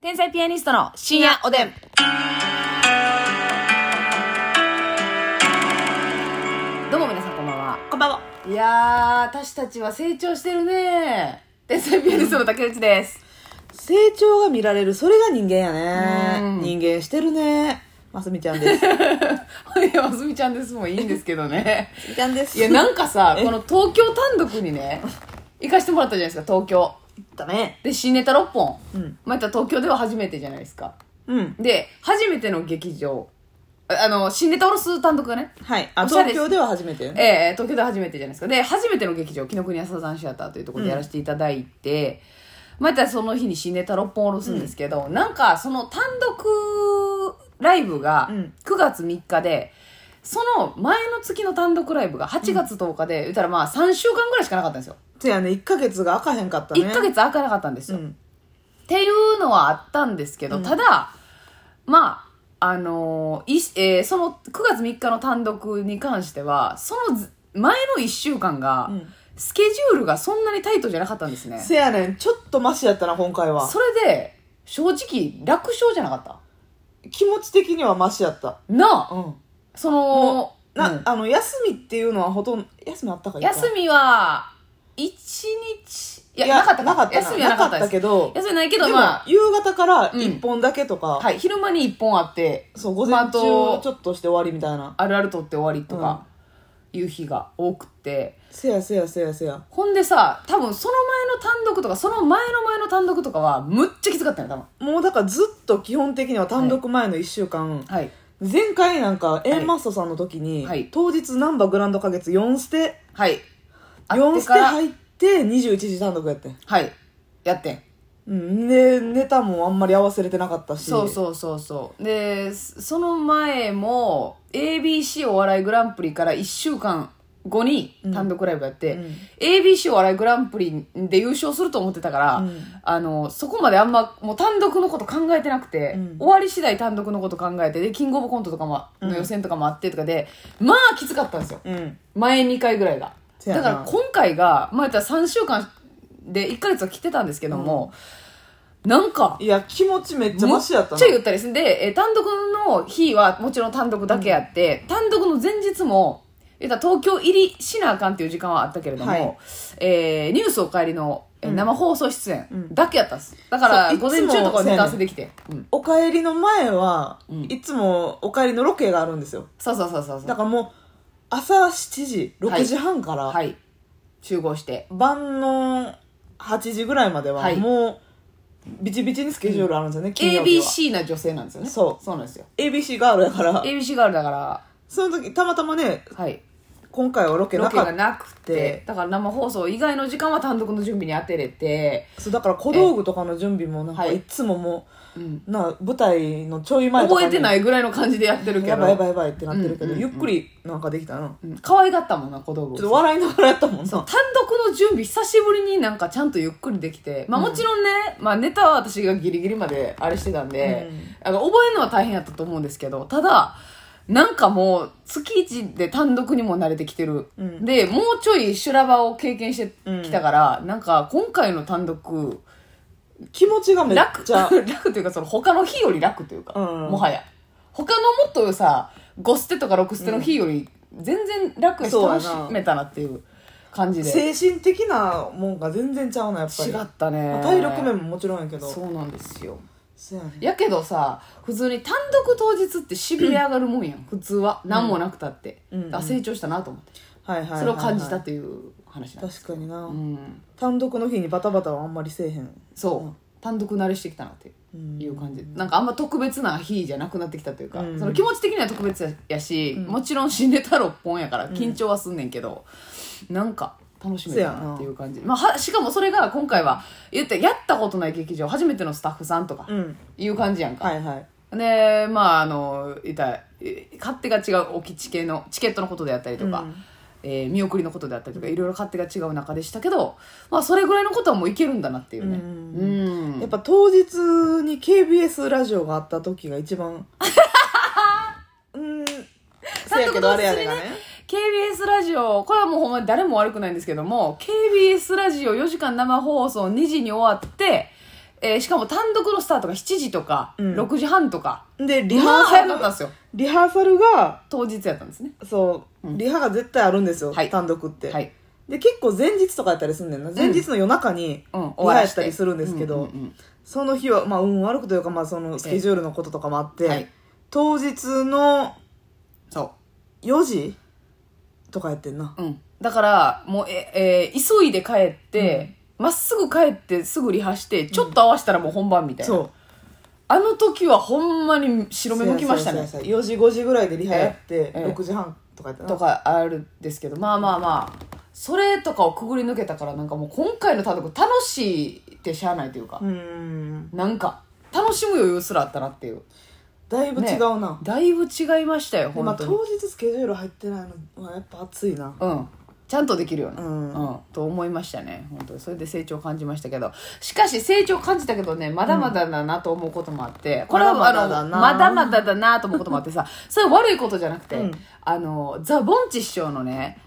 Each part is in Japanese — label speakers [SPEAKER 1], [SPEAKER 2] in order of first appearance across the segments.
[SPEAKER 1] 天才ピアニストの深夜おでん。どうも皆さんこんばんは。
[SPEAKER 2] こんばんは。
[SPEAKER 1] いやー、私たちは成長してるね天才ピアニストの竹内です。
[SPEAKER 2] 成長が見られる、それが人間や
[SPEAKER 1] うん
[SPEAKER 2] ね。人間してるね。ますみちゃ んで す。
[SPEAKER 1] はい、あすみちゃんですもんいいんですけどね。
[SPEAKER 2] みちゃんです
[SPEAKER 1] いや、なんか さ、
[SPEAKER 2] え
[SPEAKER 1] この東京単独にね、行かしてもらったじゃないですか、東京。
[SPEAKER 2] だね。
[SPEAKER 1] で、新ネタ6本。
[SPEAKER 2] うん。
[SPEAKER 1] まあ、言ったら東京では初めてじゃないですか。
[SPEAKER 2] うん。
[SPEAKER 1] で、初めての劇場。ああの、新ネタ下ろす単独がね。
[SPEAKER 2] はい。あ、
[SPEAKER 1] おしゃれ
[SPEAKER 2] 東京では初めてよね。
[SPEAKER 1] ええ東京で初めてじゃないですかで初めての劇場紀ノ国屋サザンシアターというところでやらせていただいて、またその日に新ネタ6本おろすんですけど、なんかその単独ライブが
[SPEAKER 2] うん
[SPEAKER 1] 9月3日で、その前の月の単独ライブが8月10日で、言ったらまあ3週間ぐらいしかなかったんですよ、
[SPEAKER 2] せやね、1ヶ月が開かへんかったね。
[SPEAKER 1] 1ヶ月開かなかったんです
[SPEAKER 2] う
[SPEAKER 1] よ、
[SPEAKER 2] ん。
[SPEAKER 1] っていうのはあったんですけど、ただまああのーいえーその9月3日の単独に関してはそのず前の1週間が、
[SPEAKER 2] うん
[SPEAKER 1] スケジュールがそんなにタイトじゃなかったんですね
[SPEAKER 2] せやねん、ちょっとマシやったな、今回は
[SPEAKER 1] そ。れで正直楽勝じゃなかった
[SPEAKER 2] 気持ち的にはマシやった。
[SPEAKER 1] なあ
[SPEAKER 2] うん。
[SPEAKER 1] そのう
[SPEAKER 2] な、
[SPEAKER 1] ん
[SPEAKER 2] あの、休みっていうのはほとんど、休みあったか
[SPEAKER 1] 休みは1日い
[SPEAKER 2] い
[SPEAKER 1] やなかった
[SPEAKER 2] なかったな。
[SPEAKER 1] 休みはなかったです
[SPEAKER 2] けど、
[SPEAKER 1] 休みないけ
[SPEAKER 2] で
[SPEAKER 1] ど
[SPEAKER 2] も
[SPEAKER 1] まあ、
[SPEAKER 2] 夕方から1本だけとか、
[SPEAKER 1] はい、昼間に1本あって
[SPEAKER 2] そう、午
[SPEAKER 1] まああ
[SPEAKER 2] 前中
[SPEAKER 1] と
[SPEAKER 2] ちょっとして終わりみたいな。
[SPEAKER 1] あるある撮って終わりとかいう日が多くて、
[SPEAKER 2] せやせやせやせや。
[SPEAKER 1] ほんでさ多分その前の単独とかその前の前の単独とかはむっちゃきつかったよ多分
[SPEAKER 2] もうだからずっと基本的には単独前の1週間、
[SPEAKER 1] はい
[SPEAKER 2] 前回なんかエンマストさんの時に、
[SPEAKER 1] はい
[SPEAKER 2] 当日ナンバーグランド花月4ステ
[SPEAKER 1] はいあっ
[SPEAKER 2] 4
[SPEAKER 1] て
[SPEAKER 2] ステ
[SPEAKER 1] から
[SPEAKER 2] 入って21時単独やってん、
[SPEAKER 1] はいやってん
[SPEAKER 2] うん、でネタもあんまり合わせれてなかったし
[SPEAKER 1] そうそうそうそうでその前も ABC お笑いグランプリから1週間後に単独ライブやって、
[SPEAKER 2] うん
[SPEAKER 1] ABC お笑いグランプリで優勝すると思ってたから、
[SPEAKER 2] うん
[SPEAKER 1] あのそこまであんまもう単独のこと考えてなくて、
[SPEAKER 2] うん
[SPEAKER 1] 終わり次第単独のこと考えてでキングオブコントとかもの予選とかもあってとかで、まあきつかったんですよ
[SPEAKER 2] う、うん、
[SPEAKER 1] 前2回ぐらいが
[SPEAKER 2] せや
[SPEAKER 1] だ
[SPEAKER 2] な
[SPEAKER 1] から今回がまあ言ったら3週間で1ヶ月は来てたんですけども、なんか
[SPEAKER 2] いや気持ちめっちゃマシやった
[SPEAKER 1] めっ
[SPEAKER 2] な
[SPEAKER 1] ちゃ言ったりするで、えー単独の日はもちろん単独だけやって、単独の前日も言ったら東京入りしなあかんっていう時間はあったけれども、
[SPEAKER 2] はい
[SPEAKER 1] えーニュースおかえりの、えー生放送出演
[SPEAKER 2] ん
[SPEAKER 1] だけやったんですだから
[SPEAKER 2] そういつ
[SPEAKER 1] 午
[SPEAKER 2] も
[SPEAKER 1] 前中とかはネタ合わせできてそう,、ん、
[SPEAKER 2] お帰りの前は、
[SPEAKER 1] うん
[SPEAKER 2] いつもお帰りのロケがあるんですよ
[SPEAKER 1] そうそうそうそうそ
[SPEAKER 2] だ
[SPEAKER 1] う
[SPEAKER 2] からもう朝7時6時半から、
[SPEAKER 1] はい集合して
[SPEAKER 2] 晩の8時ぐらいまで
[SPEAKER 1] は
[SPEAKER 2] はいもうビチビチにスケジュールあるんですよね、金曜日は
[SPEAKER 1] ABC な女性なんですよね
[SPEAKER 2] そう
[SPEAKER 1] そうなんですよ
[SPEAKER 2] ABC ガールやから
[SPEAKER 1] ABC ガールだから
[SPEAKER 2] その時たまたまね
[SPEAKER 1] はい
[SPEAKER 2] 今回はロケ
[SPEAKER 1] ロ
[SPEAKER 2] な
[SPEAKER 1] ケ
[SPEAKER 2] か
[SPEAKER 1] が
[SPEAKER 2] っ
[SPEAKER 1] なくて
[SPEAKER 2] で
[SPEAKER 1] だから生放送以外の時間は単独の準備に当てれて、
[SPEAKER 2] たそうだから小道具とかの準備もなんか
[SPEAKER 1] はい
[SPEAKER 2] いつもも
[SPEAKER 1] うん、
[SPEAKER 2] うな舞台のちょい前とか
[SPEAKER 1] 覚えてないいぐらいの感じでやってるけど
[SPEAKER 2] やばいやばいやばいってなってるけど、
[SPEAKER 1] うんうんうん
[SPEAKER 2] ゆっくりなんかできたな
[SPEAKER 1] うん可愛がったもんな小道具を
[SPEAKER 2] ちょっと笑いながらやったもんな
[SPEAKER 1] 単独の準備久しぶりになんかちゃんとゆっくりできて、まあ、もちろんね、まあ、ネタは私がギリギリまであれしてたんで、あの覚えるのは大変やったと思うんですけどただなんかもう月1で単独にも慣れてきてる、
[SPEAKER 2] うん
[SPEAKER 1] でもうちょい修羅場を経験してきたから、なんか今回の単独
[SPEAKER 2] 気持ちがめっ
[SPEAKER 1] 楽
[SPEAKER 2] ち ゃ
[SPEAKER 1] 楽というかその他の日より楽というか、
[SPEAKER 2] うん
[SPEAKER 1] もはや他のもっとさ5捨てとか6捨ての日より全然楽やし
[SPEAKER 2] そうや
[SPEAKER 1] 楽
[SPEAKER 2] な
[SPEAKER 1] しめたなっていう感じで
[SPEAKER 2] 精神的なもんが全然ちゃうなやっぱ
[SPEAKER 1] 違
[SPEAKER 2] り
[SPEAKER 1] ったね
[SPEAKER 2] 体力面ももちろんやけど
[SPEAKER 1] そうなんですよ
[SPEAKER 2] そうやね
[SPEAKER 1] やけどさ普通に単独当日ってしびれ上がるもんやん、普通は何もなくたって、
[SPEAKER 2] うんうん
[SPEAKER 1] あ成長したなと思って、
[SPEAKER 2] はいはいはいはい
[SPEAKER 1] それを感じたという話なんです
[SPEAKER 2] 確かにな、
[SPEAKER 1] うん
[SPEAKER 2] 単独の日にバタバタはあんまりせえへん
[SPEAKER 1] そう、単独慣れしてきたなっていう
[SPEAKER 2] うん
[SPEAKER 1] いう感じなんかあんま特別な日じゃなくなってきたというか、
[SPEAKER 2] うん
[SPEAKER 1] その気持ち的には特別ややし、もちろん死んでた6本やから緊張はすんねんけど、なんか楽しめたなっていう感じ、まあ、はしかもそれが今回は言ってやったことない劇場初めてのスタッフさんとか
[SPEAKER 2] うん
[SPEAKER 1] いう感じやんか、
[SPEAKER 2] はいはい
[SPEAKER 1] でまああの言ったらえ勝手が違うおきチケのチケットのことであったりとか、
[SPEAKER 2] うん
[SPEAKER 1] えー見送りのことであったりとかいろいろ勝手が違う中でしたけど、まあ、それぐらいのことはもういけるんだなっていうね
[SPEAKER 2] うん
[SPEAKER 1] うん
[SPEAKER 2] やっぱ当日に KBS ラジオがあった時が一 番うんせやけどあれやねがね
[SPEAKER 1] KBS ラジオ、これはもうほんまに誰も悪くないんですけども、KBS ラジオ4時間生放送2時に終わって、えーしかも単独のスタートが7時とか、
[SPEAKER 2] うん
[SPEAKER 1] 6時半とか、
[SPEAKER 2] でリ
[SPEAKER 1] リハー
[SPEAKER 2] ハーサ
[SPEAKER 1] サル
[SPEAKER 2] ル
[SPEAKER 1] だったんですよ。
[SPEAKER 2] リハーサルが
[SPEAKER 1] 当日やったんですね。
[SPEAKER 2] そう、リハが絶対あるんですよ、
[SPEAKER 1] はい
[SPEAKER 2] 単独って、
[SPEAKER 1] はい。
[SPEAKER 2] で結構前日とかやったりすんねんな前日の夜中に
[SPEAKER 1] うん、
[SPEAKER 2] リハやったりするんですけ
[SPEAKER 1] うん
[SPEAKER 2] ど、
[SPEAKER 1] うん
[SPEAKER 2] その日は、まあ、運悪くというか、まあ、そのスケジュールのこととかもあって、
[SPEAKER 1] ええはい
[SPEAKER 2] 当日の
[SPEAKER 1] そ
[SPEAKER 2] 4時とかやってんな。
[SPEAKER 1] う。うん。だから、もう、え、えー急いで帰って、ま、っすぐ帰ってすぐリハして、ちょっと合わせたらもう本番みたいな。
[SPEAKER 2] そう。
[SPEAKER 1] あの時はほんまに白目向きましたね。
[SPEAKER 2] 4時、5時ぐらいでリハやっ
[SPEAKER 1] え
[SPEAKER 2] て、
[SPEAKER 1] え
[SPEAKER 2] 6時半とかやったな。
[SPEAKER 1] とかあるんですけど、まあまあまあ、それとかをくぐり抜けたから、なんかもう今回の単独楽しいってしゃあないというか
[SPEAKER 2] う、ーん。
[SPEAKER 1] なんか、楽しむ余裕すらあったなっていう。
[SPEAKER 2] だいぶ違うな。
[SPEAKER 1] だいぶ違いましたよ、
[SPEAKER 2] で
[SPEAKER 1] 本
[SPEAKER 2] まあ、
[SPEAKER 1] 当
[SPEAKER 2] 当
[SPEAKER 1] に。
[SPEAKER 2] 日スケジュール入ってないのはやっぱ暑いな。
[SPEAKER 1] うん。ちゃんとできるよね。
[SPEAKER 2] うん。
[SPEAKER 1] うん、と思いましたね本当にそれで成長を感じましたけどしかし成長を感じたけどねまだまだだなと思うこともあって、これは
[SPEAKER 2] まだまだ
[SPEAKER 1] あ
[SPEAKER 2] だ
[SPEAKER 1] の
[SPEAKER 2] な
[SPEAKER 1] まだまだだなと思うこともあって さそれは悪いことじゃなくて、
[SPEAKER 2] うん
[SPEAKER 1] あのザ・ボンチ師匠のね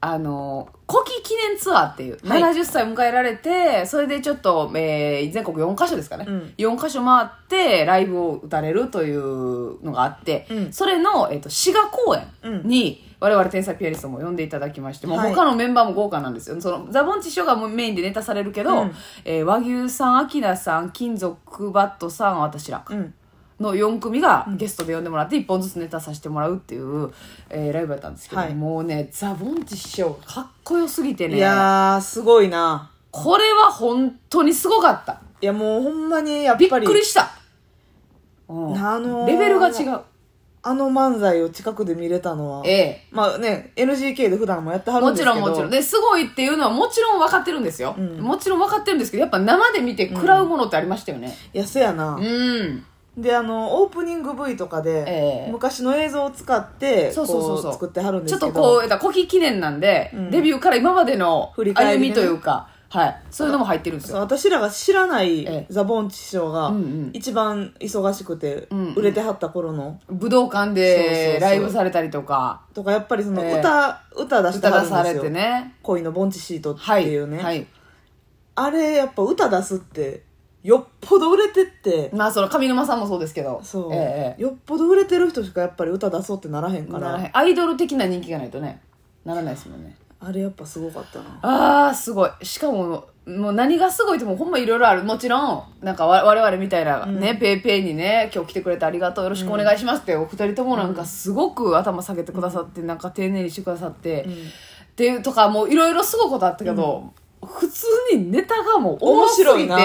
[SPEAKER 1] あの古希記念ツアーっていう、
[SPEAKER 2] はい
[SPEAKER 1] 70歳迎えられてそれでちょっと、えー全国4カ所ですかね、
[SPEAKER 2] うん
[SPEAKER 1] 4カ所回ってライブを打たれるというのがあって、
[SPEAKER 2] うん
[SPEAKER 1] それの、えっと滋賀公演に、我々天才ピアニストも呼んでいただきましてもう
[SPEAKER 2] はい
[SPEAKER 1] 他のメンバーも豪華なんですよ。その、ザ・ボンチ師匠がもうメインでネタされるけど、
[SPEAKER 2] うん
[SPEAKER 1] えー和牛さん、アキナさん、金属バットさん、私ら
[SPEAKER 2] うん。
[SPEAKER 1] の4組がゲストで呼んでもらって、1本ずつネタさせてもらうっていう、えーライブやったんですけど、
[SPEAKER 2] はい
[SPEAKER 1] もうね、ザ・ボンチ師匠がかっこよすぎて
[SPEAKER 2] い
[SPEAKER 1] ね、
[SPEAKER 2] やー、すごいな。
[SPEAKER 1] これは本当にすごかった。
[SPEAKER 2] いや、もうほんまに、やっ
[SPEAKER 1] びっ
[SPEAKER 2] ぱり、
[SPEAKER 1] くりした。うん
[SPEAKER 2] あのー
[SPEAKER 1] レベルが違う。
[SPEAKER 2] あの漫才を近くで見れたのは、
[SPEAKER 1] ええ
[SPEAKER 2] まあね、NGK で普段もやってはるん
[SPEAKER 1] も
[SPEAKER 2] で
[SPEAKER 1] ち
[SPEAKER 2] すけ
[SPEAKER 1] ろ
[SPEAKER 2] ど
[SPEAKER 1] んもちろん。で、すごいっていうのはもちろん分かってるんですよ。
[SPEAKER 2] うん
[SPEAKER 1] もちろん分かってるんですけど、やっぱ生で見て食らうものってありましたよね。
[SPEAKER 2] いや、せやな。
[SPEAKER 1] うん。
[SPEAKER 2] であのオープニング V とかで、
[SPEAKER 1] ええ
[SPEAKER 2] 昔の映像を使って
[SPEAKER 1] そうそうそうそう
[SPEAKER 2] こ作ってはるんで
[SPEAKER 1] ちょ
[SPEAKER 2] す
[SPEAKER 1] っと
[SPEAKER 2] けど
[SPEAKER 1] こう、えっと古希記念なんで、
[SPEAKER 2] うん
[SPEAKER 1] デビューから今までの
[SPEAKER 2] 振り返り
[SPEAKER 1] 歩
[SPEAKER 2] ね
[SPEAKER 1] みというか、はい。そういうのも入ってるんです
[SPEAKER 2] そう
[SPEAKER 1] よ。
[SPEAKER 2] 私らが知らない
[SPEAKER 1] ええ
[SPEAKER 2] ザ・ボンチ師匠が
[SPEAKER 1] うんうん
[SPEAKER 2] 一番忙しくて
[SPEAKER 1] うんうん
[SPEAKER 2] 売れてはった頃の
[SPEAKER 1] 武道館
[SPEAKER 2] そうそうそ
[SPEAKER 1] で
[SPEAKER 2] う
[SPEAKER 1] ライブされたりとか、
[SPEAKER 2] とかやっぱりその
[SPEAKER 1] ええ
[SPEAKER 2] 歌、歌出して
[SPEAKER 1] 歌
[SPEAKER 2] は
[SPEAKER 1] 出
[SPEAKER 2] る
[SPEAKER 1] され
[SPEAKER 2] んです
[SPEAKER 1] て
[SPEAKER 2] よ、
[SPEAKER 1] ね。
[SPEAKER 2] 恋のボンチシートって
[SPEAKER 1] はい。
[SPEAKER 2] いうね、
[SPEAKER 1] はい。
[SPEAKER 2] あれやっぱ歌出すってよっぽど売れてって、
[SPEAKER 1] まあ、その上沼さんもそうですけど、
[SPEAKER 2] そう、
[SPEAKER 1] えええ
[SPEAKER 2] よっぽど売れてる人しかやっぱり歌出そうってならへん
[SPEAKER 1] え
[SPEAKER 2] か
[SPEAKER 1] ならへ
[SPEAKER 2] ら
[SPEAKER 1] んアイドル的な人気がないとね、ならないですもんね。
[SPEAKER 2] あれやっぱすごかったな
[SPEAKER 1] あーすごいしかももう何がすごいってもうほんまいろいろあるもちろんなんかわ我々みたいなね、ペイペイにね今日来てくれてありがとうよろしくお願いしますって、お二人ともなんかすごく頭下げてくださって、なんか丁寧にしてくださって、っていうとかもういろいろすごいことあったけど、普通にネタがもう面白
[SPEAKER 2] 面白
[SPEAKER 1] い
[SPEAKER 2] い
[SPEAKER 1] て
[SPEAKER 2] な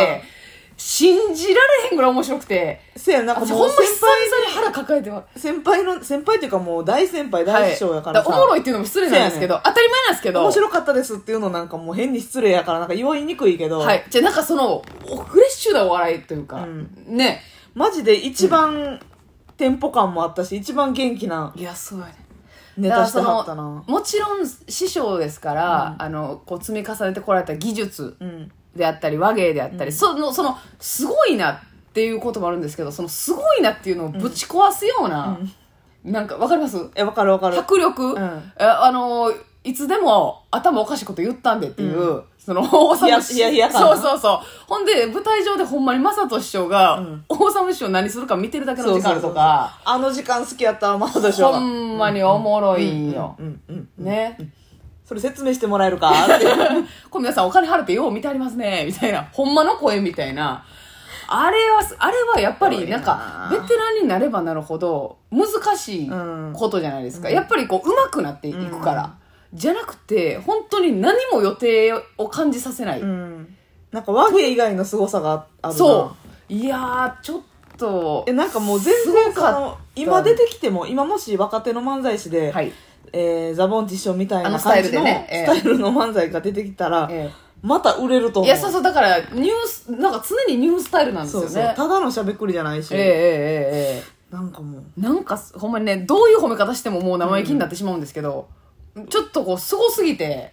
[SPEAKER 1] 信じられへんぐらい面白くて
[SPEAKER 2] せやなんか
[SPEAKER 1] 私
[SPEAKER 2] も
[SPEAKER 1] ほん
[SPEAKER 2] う
[SPEAKER 1] ま
[SPEAKER 2] 先
[SPEAKER 1] 久
[SPEAKER 2] 輩
[SPEAKER 1] 々に腹抱えてます
[SPEAKER 2] 先輩の先輩っていうかもう大先輩大師匠やから
[SPEAKER 1] はいだ
[SPEAKER 2] さ、
[SPEAKER 1] らおもろいっていうのも失礼なんですけど、当たり前なんですけど
[SPEAKER 2] 面白かったですっていうのなんかもう変に失礼やからなんか言いにくいけど、
[SPEAKER 1] はい。じゃあなんかその、おフレッシュなお笑いというか、
[SPEAKER 2] うん
[SPEAKER 1] ね。
[SPEAKER 2] マジで一番テンポ感もあったし一番元気ない
[SPEAKER 1] や、そうやね。
[SPEAKER 2] ネ
[SPEAKER 1] だか
[SPEAKER 2] タ
[SPEAKER 1] ら
[SPEAKER 2] して
[SPEAKER 1] そ
[SPEAKER 2] は
[SPEAKER 1] の
[SPEAKER 2] ったな
[SPEAKER 1] もちろん師匠ですから、あの、こう積み重ねてこられた技術
[SPEAKER 2] うん
[SPEAKER 1] であったり、和芸であったり、その、その、すごいなっていうこともあるんですけど、そのすごいなっていうのをぶち壊すような、なんかわかります
[SPEAKER 2] えわかるわかる
[SPEAKER 1] 迫力、
[SPEAKER 2] ん
[SPEAKER 1] えあのいつでも頭おかしいこと言ったんでっていう、その大沢師
[SPEAKER 2] いやいやいや
[SPEAKER 1] そうそうそうほんで舞台上でほんまに正人師匠が、大沢師匠何するか見てるだけの時間あるとか
[SPEAKER 2] あの時間好きやったまだでしょ
[SPEAKER 1] ほんまにおもろいんよ、
[SPEAKER 2] うんうん
[SPEAKER 1] ね、
[SPEAKER 2] それ説明してもらえるかっていう
[SPEAKER 1] これ皆さんお金払ってよう見てありますねみたいなほんまの声みたいなあれはあれはやっぱりなんか
[SPEAKER 2] す
[SPEAKER 1] ベ
[SPEAKER 2] ごいな
[SPEAKER 1] テランになればなるほど難しい
[SPEAKER 2] うん
[SPEAKER 1] ことじゃないですか、やっぱりこう上手くなっていくから、じゃなくて本当に何も予定を感じさせない、
[SPEAKER 2] うんなんか和芸以外の凄さがあるな
[SPEAKER 1] そういやーちょっと
[SPEAKER 2] えなんかもう全
[SPEAKER 1] す
[SPEAKER 2] 然
[SPEAKER 1] ご
[SPEAKER 2] そ
[SPEAKER 1] かっ
[SPEAKER 2] の今出てきても今もし若手の漫才師で、
[SPEAKER 1] はい、
[SPEAKER 2] えーザ・ボンティ師匠みたい
[SPEAKER 1] あ
[SPEAKER 2] な
[SPEAKER 1] のスタ
[SPEAKER 2] 感
[SPEAKER 1] イ
[SPEAKER 2] じ
[SPEAKER 1] ル
[SPEAKER 2] の
[SPEAKER 1] で
[SPEAKER 2] ス
[SPEAKER 1] ねええ
[SPEAKER 2] タイルの漫才が出てきたら、
[SPEAKER 1] え
[SPEAKER 2] また売れると
[SPEAKER 1] え
[SPEAKER 2] 思う。
[SPEAKER 1] いやそうそうだからニュースなんか常にニュースタイルなんですよ
[SPEAKER 2] そう
[SPEAKER 1] ね
[SPEAKER 2] そうただのしゃべくりじゃないし、
[SPEAKER 1] ええええええ
[SPEAKER 2] なんかもう、
[SPEAKER 1] なんかほんまにねどういう褒め方してももう生意気になってしまうんですけど、ちょっとこうすごすぎて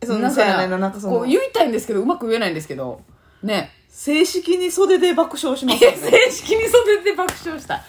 [SPEAKER 2] えその
[SPEAKER 1] なんか
[SPEAKER 2] そうやねんななんかその
[SPEAKER 1] こう言いたいんですけどうまく言えないんですけどね
[SPEAKER 2] 正式に袖で爆笑しま
[SPEAKER 1] い
[SPEAKER 2] すよ
[SPEAKER 1] や
[SPEAKER 2] ね。
[SPEAKER 1] 正式に袖で爆笑した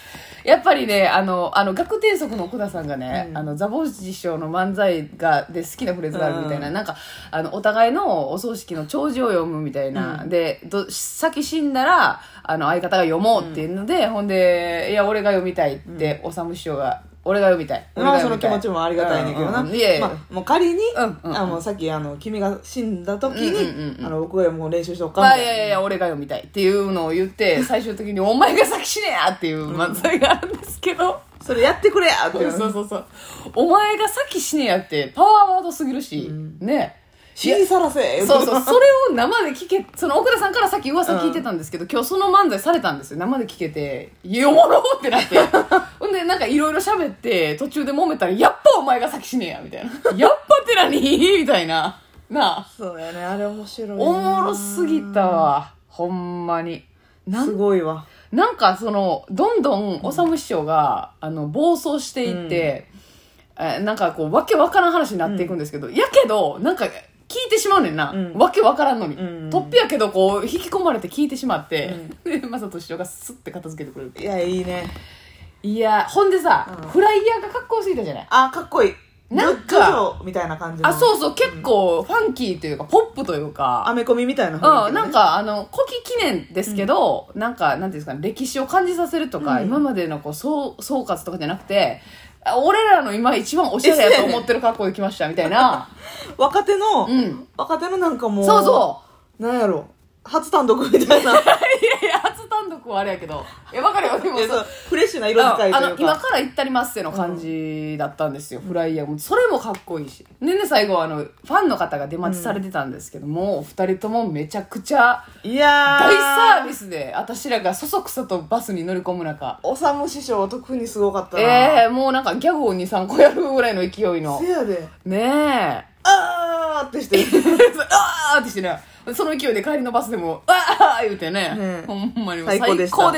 [SPEAKER 1] やっぱりね、あの、あの、学天則の奥田さんがね、
[SPEAKER 2] うん
[SPEAKER 1] あの、ザボ師匠の漫才が、で好きなフレーズがあるみたいな、
[SPEAKER 2] うん
[SPEAKER 1] なんか、あの、お互いのお葬式の弔辞を読むみたいな、
[SPEAKER 2] う
[SPEAKER 1] で、ど、先死んだら、あの、相方が読もうっていうので、ほんで、いや、俺が読みたいって、おさむ師匠が、俺が読みたい。俺
[SPEAKER 2] ま
[SPEAKER 1] が
[SPEAKER 2] あそ
[SPEAKER 1] 読
[SPEAKER 2] の
[SPEAKER 1] み
[SPEAKER 2] 気
[SPEAKER 1] たい
[SPEAKER 2] 持ちもありがたいねんけどな、
[SPEAKER 1] うんうんいやいや
[SPEAKER 2] まあ、もう仮に、
[SPEAKER 1] うんうんうん
[SPEAKER 2] あもうさっきあの君が死んだ時に、
[SPEAKER 1] うんうんうんうん
[SPEAKER 2] あの僕がもう練習しとくか
[SPEAKER 1] ま
[SPEAKER 2] み
[SPEAKER 1] あ、
[SPEAKER 2] た
[SPEAKER 1] い
[SPEAKER 2] いな
[SPEAKER 1] やいやいや、俺が読みたいっていうのを言って、最終的にお前が先死ねやっていう漫才があるんですけど、
[SPEAKER 2] それやってくれやって
[SPEAKER 1] そうそうそうそう。お前が先死ねやって、パワーワードすぎるし、ね。
[SPEAKER 2] 死にさらせ
[SPEAKER 1] そうそう、それを生で聞け、その奥田さんからさっき噂聞いてたんですけど、今日その漫才されたんですよ。生で聞けて、いやおもろってな って。ほんで、なんかいろいろ喋って、途中で揉めたら、やっぱお前が先死ねや、みたいな。やっぱって何みたいな。なあ。
[SPEAKER 2] そうやねあれ面白いな
[SPEAKER 1] おもろすぎたわ。ほんまに。なん
[SPEAKER 2] すごいわ
[SPEAKER 1] なんかそのどんどん修師匠が、あの暴走していって、えなんかこうわけわからん話になっていくんですけど、やけどなんか聞いてしまうねんな、
[SPEAKER 2] うん
[SPEAKER 1] わけわからんのに、
[SPEAKER 2] うん
[SPEAKER 1] とっぴやけどこう引き込まれて聞いてしまって、で 正人師匠がスッて片付けてくれる
[SPEAKER 2] いやいいね
[SPEAKER 1] いやほんでさ、
[SPEAKER 2] うん
[SPEAKER 1] フライヤーがかっこよすぎたじゃない
[SPEAKER 2] あかっこいい
[SPEAKER 1] なんか
[SPEAKER 2] ジョジョみたいな感じの
[SPEAKER 1] あそうそう結構ファンキーというかポップというか
[SPEAKER 2] アメコミみたいな雰囲気だね、
[SPEAKER 1] うん、なんかあの古希記念ですけど、なんかなんていうんですかね歴史を感じさせるとか、
[SPEAKER 2] うん
[SPEAKER 1] 今までのこう総総括とかじゃなくてあ俺らの今一番おしゃれやと思ってる格好で来ましたみたいな、
[SPEAKER 2] 若手の、
[SPEAKER 1] うん、
[SPEAKER 2] 若手のなんか もう
[SPEAKER 1] そうそう
[SPEAKER 2] なんやろ初単独みたいな
[SPEAKER 1] ういやいや初単独はあれやけどいやわかるよでも
[SPEAKER 2] いや
[SPEAKER 1] そ
[SPEAKER 2] そううフレッシュな色
[SPEAKER 1] あ
[SPEAKER 2] 使いと
[SPEAKER 1] あ
[SPEAKER 2] い
[SPEAKER 1] の
[SPEAKER 2] う
[SPEAKER 1] 今
[SPEAKER 2] か
[SPEAKER 1] から行ったりますっての感じだったんですよ、フライヤーもそれもかっこいいしでね最後はあのファンの方が出待ちされてたんですけど、もう二人ともめちゃくちゃ
[SPEAKER 2] いや
[SPEAKER 1] 大サービ
[SPEAKER 2] ス
[SPEAKER 1] スで私らがそそくさとバスに乗り込む中
[SPEAKER 2] おさむ師匠は特にすごかったな
[SPEAKER 1] ええもうなんかギャグを23個やるぐらいの勢いの
[SPEAKER 2] せやで
[SPEAKER 1] ね
[SPEAKER 2] あーってして
[SPEAKER 1] えああってしてねその勢いで帰りのバスでもああ言うてね
[SPEAKER 2] ねえ
[SPEAKER 1] ほんまにもう
[SPEAKER 2] 最高でした
[SPEAKER 1] 最高